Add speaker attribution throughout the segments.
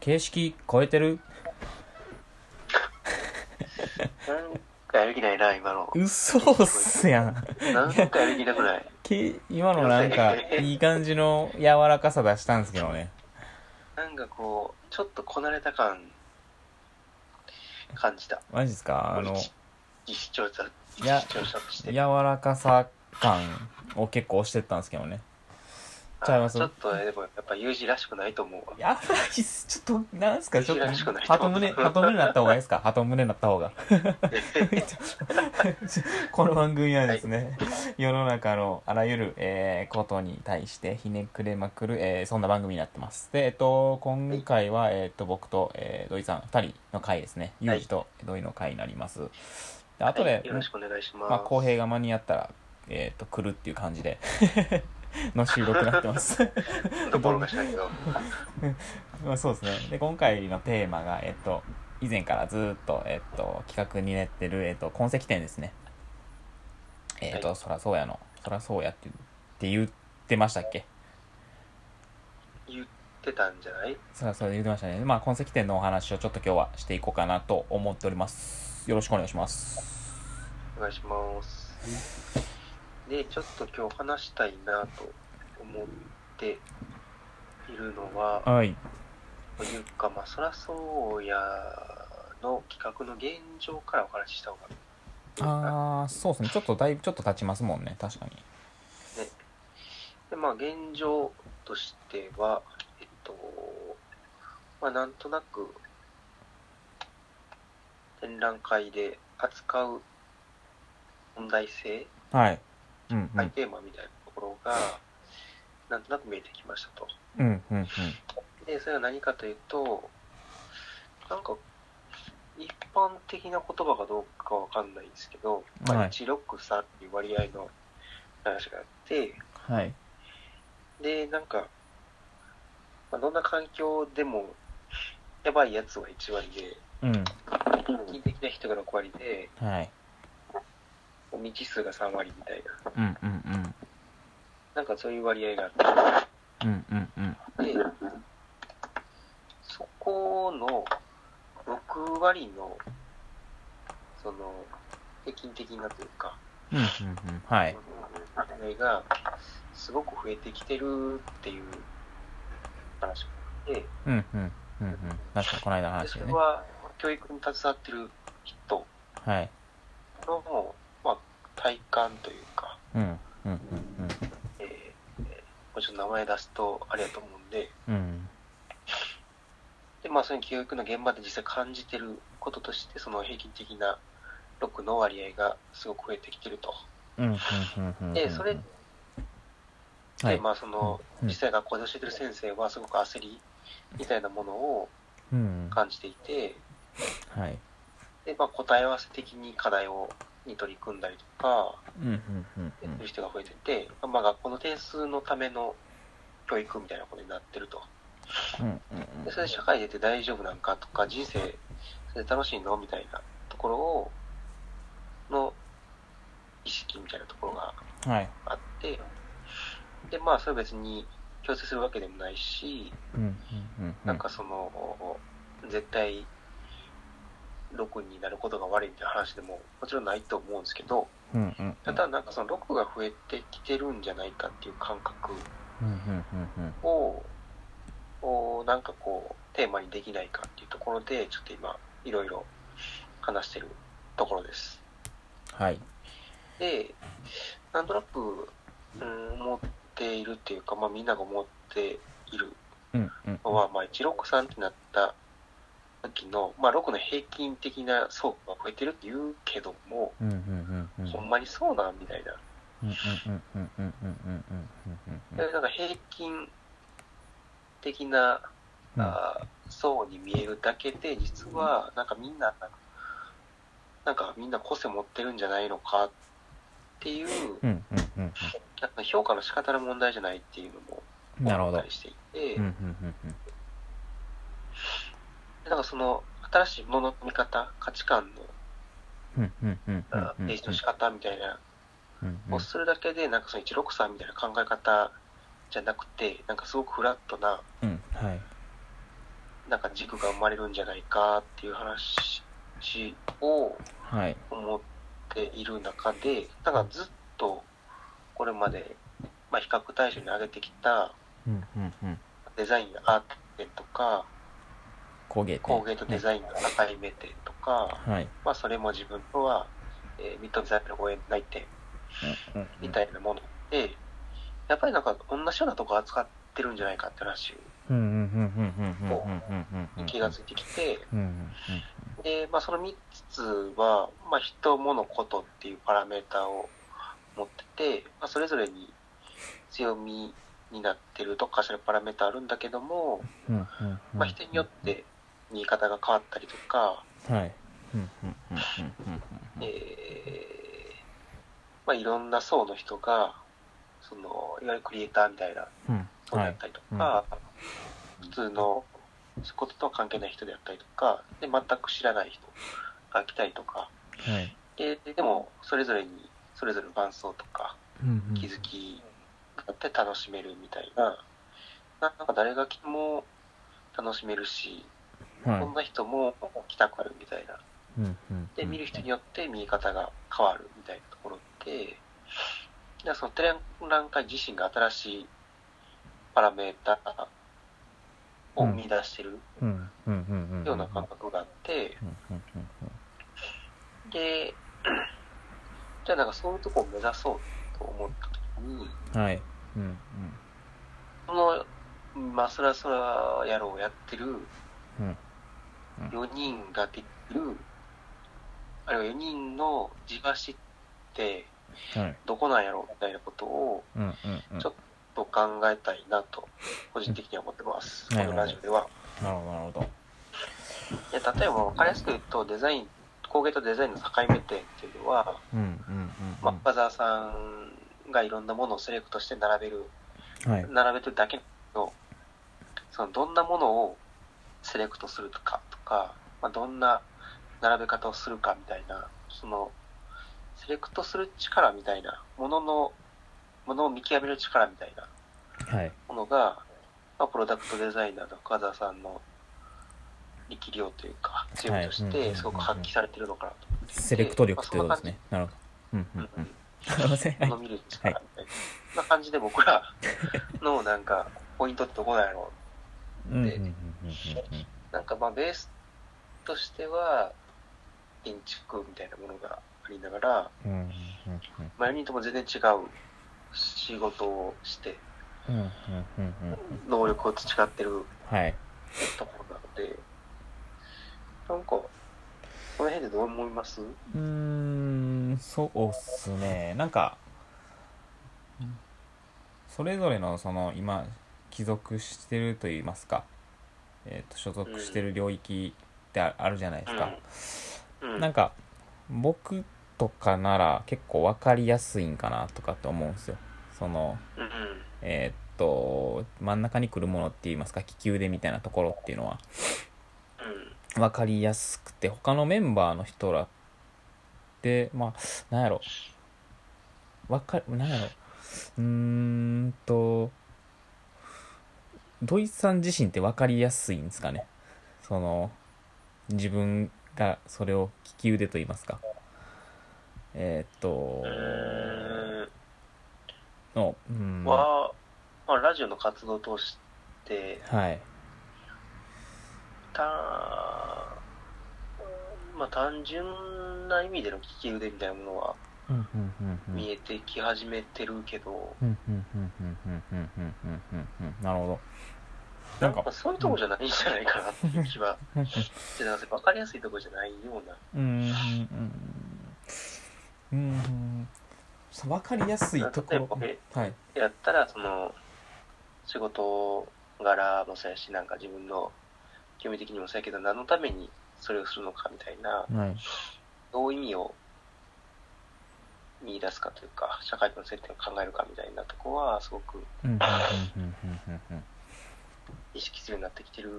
Speaker 1: 形式超えてる
Speaker 2: 何回やる気ないな、今の。
Speaker 1: 嘘っすやん。
Speaker 2: 何回やる気なくない。
Speaker 1: け今のなんか、いい感じの柔らかさ出したんですけどね。
Speaker 2: なんかこう、ちょっとこなれた感、感じた。
Speaker 1: マジっすかあの、
Speaker 2: 一視聴者、一
Speaker 1: いや
Speaker 2: 視聴者として。
Speaker 1: 柔らかさ感を結構押してったんですけどね。ちゃいます
Speaker 2: ちょっとね、でもやっぱ友人らしくないと思うわ。
Speaker 1: やばいっす。ちょっと、なんすかちょっと
Speaker 2: 知らんしかない、
Speaker 1: 鳩胸、鳩胸なった方がいいですか鳩胸なった方が。 この番組はですね、世の中のあらゆる、えーことに対してひねくれまくる、えーそんな番組になってます。で、えっと、今回は、えっと、僕と、えー土井さん2人の回ですね。ユージと土井の回になります。で、後で、
Speaker 2: はいよろしくお願いします。
Speaker 1: まあ、公平が間に合ったら、えっと、来るっていう感じで、 の収録になってます。
Speaker 2: ところがしたけど。
Speaker 1: まあ、そうですねで今回のテーマがえっと以前からずーっと、えっと、企画に練ってる、えっと、痕跡店ですねえっと、
Speaker 2: は
Speaker 1: そらそうやのそらそうやってって言ってましたっけ
Speaker 2: 言ってたんじゃない
Speaker 1: そらそうや言ってましたねまあ痕跡店のお話をちょっと今日はしていこうかなと思っておりますよろしくお願いします
Speaker 2: お願いします。で、ちょっと今日話したいなと思っているのは、
Speaker 1: はい
Speaker 2: というか、まあ、そらそうやの企画の現状からお話しした方がいいかな。
Speaker 1: ああそうですねちょっとだいぶちょっと経ちますもんね確かに
Speaker 2: で、まあ、現状としては、えっと、まあ、なんとなく、展覧会で扱う問題性、
Speaker 1: はいうんう
Speaker 2: アイ
Speaker 1: ん
Speaker 2: テーマみたいなところが、なんとなく見えてきましたと。
Speaker 1: うんうんうん
Speaker 2: で、それは何かというと、なんか、一般的な言葉かどうかわかんないんですけど、ま
Speaker 1: はい
Speaker 2: あ、163っていう割合の話があって、
Speaker 1: はい
Speaker 2: で、なんか、まあ、どんな環境でも、やばいやつは1割で、
Speaker 1: うん
Speaker 2: 危機的な人が6割で、
Speaker 1: はい
Speaker 2: 未知数が3割みたいな、
Speaker 1: うんうんうん
Speaker 2: なんかそういう割合があって、
Speaker 1: うんうんうん
Speaker 2: で、そこの6割の、その、平均的なというか、
Speaker 1: うんうんうんはい
Speaker 2: あれが、すごく増えてきてるっていう話があって、
Speaker 1: うんうんうんうん確かにこの間の
Speaker 2: で
Speaker 1: 話
Speaker 2: そ
Speaker 1: よ
Speaker 2: れ
Speaker 1: ね
Speaker 2: は教育に携わってる人
Speaker 1: はい
Speaker 2: の、まあ、体感というか、
Speaker 1: うんうん
Speaker 2: えーえーもうちょっと名前出すとあれやと思うんで、
Speaker 1: うんうんうん
Speaker 2: で、まあ、その教育の現場で実際感じてることとして、その平均的なロックの割合がすごく増えてきてると。
Speaker 1: うんうんうんうん
Speaker 2: で、それで、
Speaker 1: はい
Speaker 2: まあ、その、
Speaker 1: うん
Speaker 2: 実際学校で教えてる先生はすごく焦りみたいなものを
Speaker 1: うん
Speaker 2: 感じていて、
Speaker 1: はい
Speaker 2: で、まあ、答え合わせ的に課題を、に取り組んだりとか、
Speaker 1: うんうんうんう
Speaker 2: やって
Speaker 1: ん
Speaker 2: る人が増えてて、まあ、学校の点数のための教育みたいなことになってると。
Speaker 1: うん
Speaker 2: で、それで社会出て大丈夫なんかとか、人生、それで楽しいのみたいなところを、の意識みたいなところが
Speaker 1: うんはい
Speaker 2: あって、で、まあ、それは別に強制するわけでもないし、
Speaker 1: うんうんうんう
Speaker 2: なんかその、絶対、6になることが悪いみたいな話でももちろんないと思うんですけど、
Speaker 1: うんうんうん
Speaker 2: ただなんかその6が増えてきてるんじゃないかっていう感覚
Speaker 1: うんうんうん
Speaker 2: を、をなんかこう、テーマにできないかっていうところで、ちょっと今、いろいろ話してるところです。
Speaker 1: はい
Speaker 2: で、なんとなく、うん、思っているっていうか、まあみんなが思っている
Speaker 1: うんうん
Speaker 2: のは、まあ163ってなった時の、まあ6の平均的な層が増えてるって言うけども、
Speaker 1: うんうんうんうんうんうんうん
Speaker 2: ほんまにそうなんみたいな。
Speaker 1: うんうんうんうん
Speaker 2: でなんか平均的なあーそうに見えるだけで実はなんかみんななんかみんな個性持ってるんじゃないのかっていう
Speaker 1: うんうんうんうん
Speaker 2: なんか評価の仕方の問題じゃないっていうのも
Speaker 1: うんなるほ
Speaker 2: 思っ
Speaker 1: ど
Speaker 2: たりしていて、
Speaker 1: うんうんうんうん
Speaker 2: なんかその新しいものの見方価値観の
Speaker 1: うんうんうんうん
Speaker 2: あー提示の仕方みたいな
Speaker 1: うん
Speaker 2: をするだけでなんかその163みたいな考え方じゃなくてなんかすごくフラットな
Speaker 1: うんはい
Speaker 2: なんか軸が生まれるんじゃないかっていう話を
Speaker 1: はい。
Speaker 2: 思っている中で、だからずっとこれまで、まあ、比較対象に挙げてきた
Speaker 1: うんうんうん。
Speaker 2: デザインのアート点とか、
Speaker 1: 工芸店。
Speaker 2: 工芸とデザインの境目点とか、
Speaker 1: はい。
Speaker 2: まあ、それも自分とは、えーミッドデザインのご縁内点
Speaker 1: うんうんう
Speaker 2: み
Speaker 1: ん
Speaker 2: たいなもので、やっぱりなんか同じようなとこ扱ってるんじゃないかって話
Speaker 1: うんうんうんうんうんうんうんうんうん
Speaker 2: に気がついてきて、
Speaker 1: うんうん
Speaker 2: で、まあ、その3つは、まあ、人、物、ことっていうパラメーターを持ってて、まあ、それぞれに強みになってる特化してるパラメーターあるんだけども、
Speaker 1: うんうんうんうん
Speaker 2: まあ、人によって見え方が変わったりとか、
Speaker 1: はいうんうんうんうんうんうん
Speaker 2: えーまあ、いろんな層の人がそのいわゆるクリエイターみたいな
Speaker 1: うん
Speaker 2: 層で
Speaker 1: は
Speaker 2: あっ
Speaker 1: い
Speaker 2: たりとか、普通の仕事とは関係ない人であったりとかで全く知らない人が来たりとか。
Speaker 1: はい
Speaker 2: ででもそれぞれにそれぞれの伴奏とか
Speaker 1: うんうん
Speaker 2: 気づきがあって楽しめるみたいな,、なんか誰が来ても楽しめるし、
Speaker 1: はい
Speaker 2: こんな人も来たくあるみたいな
Speaker 1: うんうん
Speaker 2: で見る人によって見え方が変わるみたいなところででその展覧会自身が新しいパラメータを生み出してる
Speaker 1: うんうんうんうん
Speaker 2: ような感覚があって。
Speaker 1: うんうんうん
Speaker 2: で、 じゃあなんかそういうとこを目指そうと思った時に、
Speaker 1: うんはいうん
Speaker 2: その、まあそらそらやろうやってる
Speaker 1: うんうん
Speaker 2: 4人ができる、あるいは4人の地走って
Speaker 1: うんはい
Speaker 2: どこなんやろうみたいなことを
Speaker 1: うんうんうん
Speaker 2: ちょっと考えたいなと、個人的には思ってます。
Speaker 1: うん
Speaker 2: このラジオでは。
Speaker 1: なるほどなるほど
Speaker 2: で例えば分かりやすく言うと、デザイン、工芸とデザインの境目点っていうのは、
Speaker 1: うんうんうん
Speaker 2: まあ、深澤さんがいろんなものをセレクトして並べる
Speaker 1: うんはい
Speaker 2: 並べてるだけの、そのどんなものをセレクトするとかとか、まあ、どんな並べ方をするかみたいな、そのセレクトする力みたいな、ものの、ものを見極める力みたいな
Speaker 1: はい
Speaker 2: ものが、まあ、プロダクトデザイナーの深澤さんの力量というか、チームとし
Speaker 1: はいうん
Speaker 2: てすごく発揮されてるのかなと。
Speaker 1: セレクト力ってことですねなるほどうんうん
Speaker 2: う
Speaker 1: うんんすいませんはい
Speaker 2: の見る力みたいな。そんな感じで僕らのなんか、ポイントってどこなんやろう
Speaker 1: うんうんうんうん
Speaker 2: なんかまあベースとしては建築みたいなものがありながら、
Speaker 1: うんうん
Speaker 2: まあ、4人とも全然違う仕事をして、
Speaker 1: うんうんうんうんうんうん
Speaker 2: 能力を培ってる
Speaker 1: はい
Speaker 2: ところなので、なんか、この辺でどう思います
Speaker 1: うーんそうっすねなんかそれぞれのその今帰属してると言いますか、えー、と所属してる領域ってああるじゃないですか、
Speaker 2: うん。
Speaker 1: なんか僕とかなら結構分かりやすいんかなとかって思うんですよその
Speaker 2: うんうん。
Speaker 1: えーっと真ん中に来るものって言いますか気球でみたいなところっていうのは分かりやすくて他のメンバーの人らってまあなんやろわかなんやろうーんと土井さん自身って分かりやすいんですかねその自分がそれを利き腕と言いますかえーっと
Speaker 2: うん。う
Speaker 1: のうん
Speaker 2: ーん。は、まあ、ラジオの活動を通して、
Speaker 1: はい
Speaker 2: たまあ単純な意味での利き腕みたいなものは
Speaker 1: うんうんうんうん
Speaker 2: 見えてき始めてるけど、
Speaker 1: うんうんうんうんうんうんうんうんうんうんなるほどなんか
Speaker 2: まあ、そういうとこじゃないんじゃないかなっていう気はして たんです分かりやすいとこじゃないような
Speaker 1: うーんうんうんそう分かりやすいところ
Speaker 2: 例え
Speaker 1: はい
Speaker 2: やったらその仕事柄もそうやしなんか自分の興味的にもそうやけど何のためにそれをするのかみたいな
Speaker 1: はい
Speaker 2: どう意味を見出すかというか社会との接点を考えるかみたいなとこはすごく
Speaker 1: うんうんうんうんうん
Speaker 2: 意識するようになってきてる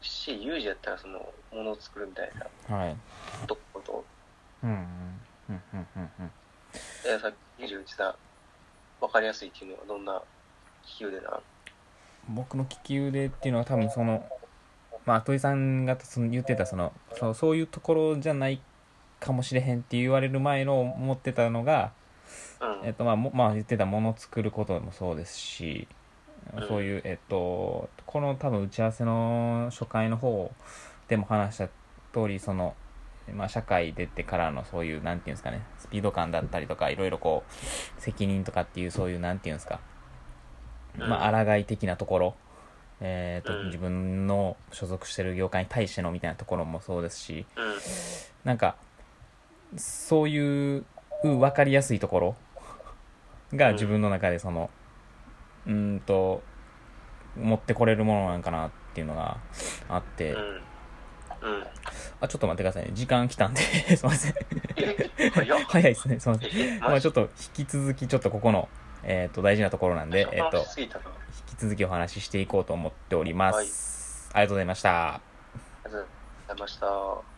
Speaker 2: し、ユージやったらその、ものを作るみたいな
Speaker 1: うんはい
Speaker 2: とこと、
Speaker 1: うんうんうんうんうんうん
Speaker 2: えさっきユージが言ってた、わかりやすいっていうのはどんな比喩でな
Speaker 1: 僕の利き腕っていうのは多分そのまあ、土井さんがその言ってたそのそうそういうところじゃないかもしれへんって言われる前の思ってたのが、
Speaker 2: うん
Speaker 1: えっとまあもまあ、言ってたもの作ることもそうですし
Speaker 2: うん
Speaker 1: そういう、えっと、この多分打ち合わせの初回の方でも話した通りその、まあ、社会出てからのそういうなんていうんですかねスピード感だったりとかいろいろこう責任とかっていうそういうなんていうんですかまあ、抗い的なところ、えーと
Speaker 2: うん
Speaker 1: 自分の所属してる業界に対してのみたいなところもそうですし
Speaker 2: うん
Speaker 1: なんかそういう分かりやすいところが
Speaker 2: うん
Speaker 1: 自分の中でそのうーんと持ってこれるものなんかなっていうのがあって、
Speaker 2: うんうん
Speaker 1: あちょっと待ってくださいね時間来たんで すいません
Speaker 2: え早っ
Speaker 1: 早いですねすいません
Speaker 2: え
Speaker 1: まあ
Speaker 2: マジ
Speaker 1: ちょっと引き続きちょっとここの、えー、と大事なところなんで、えー、と
Speaker 2: 話しすぎたなあ
Speaker 1: 引き続きお話ししていこうと思っております。ありがとうございました。
Speaker 2: りがとうございました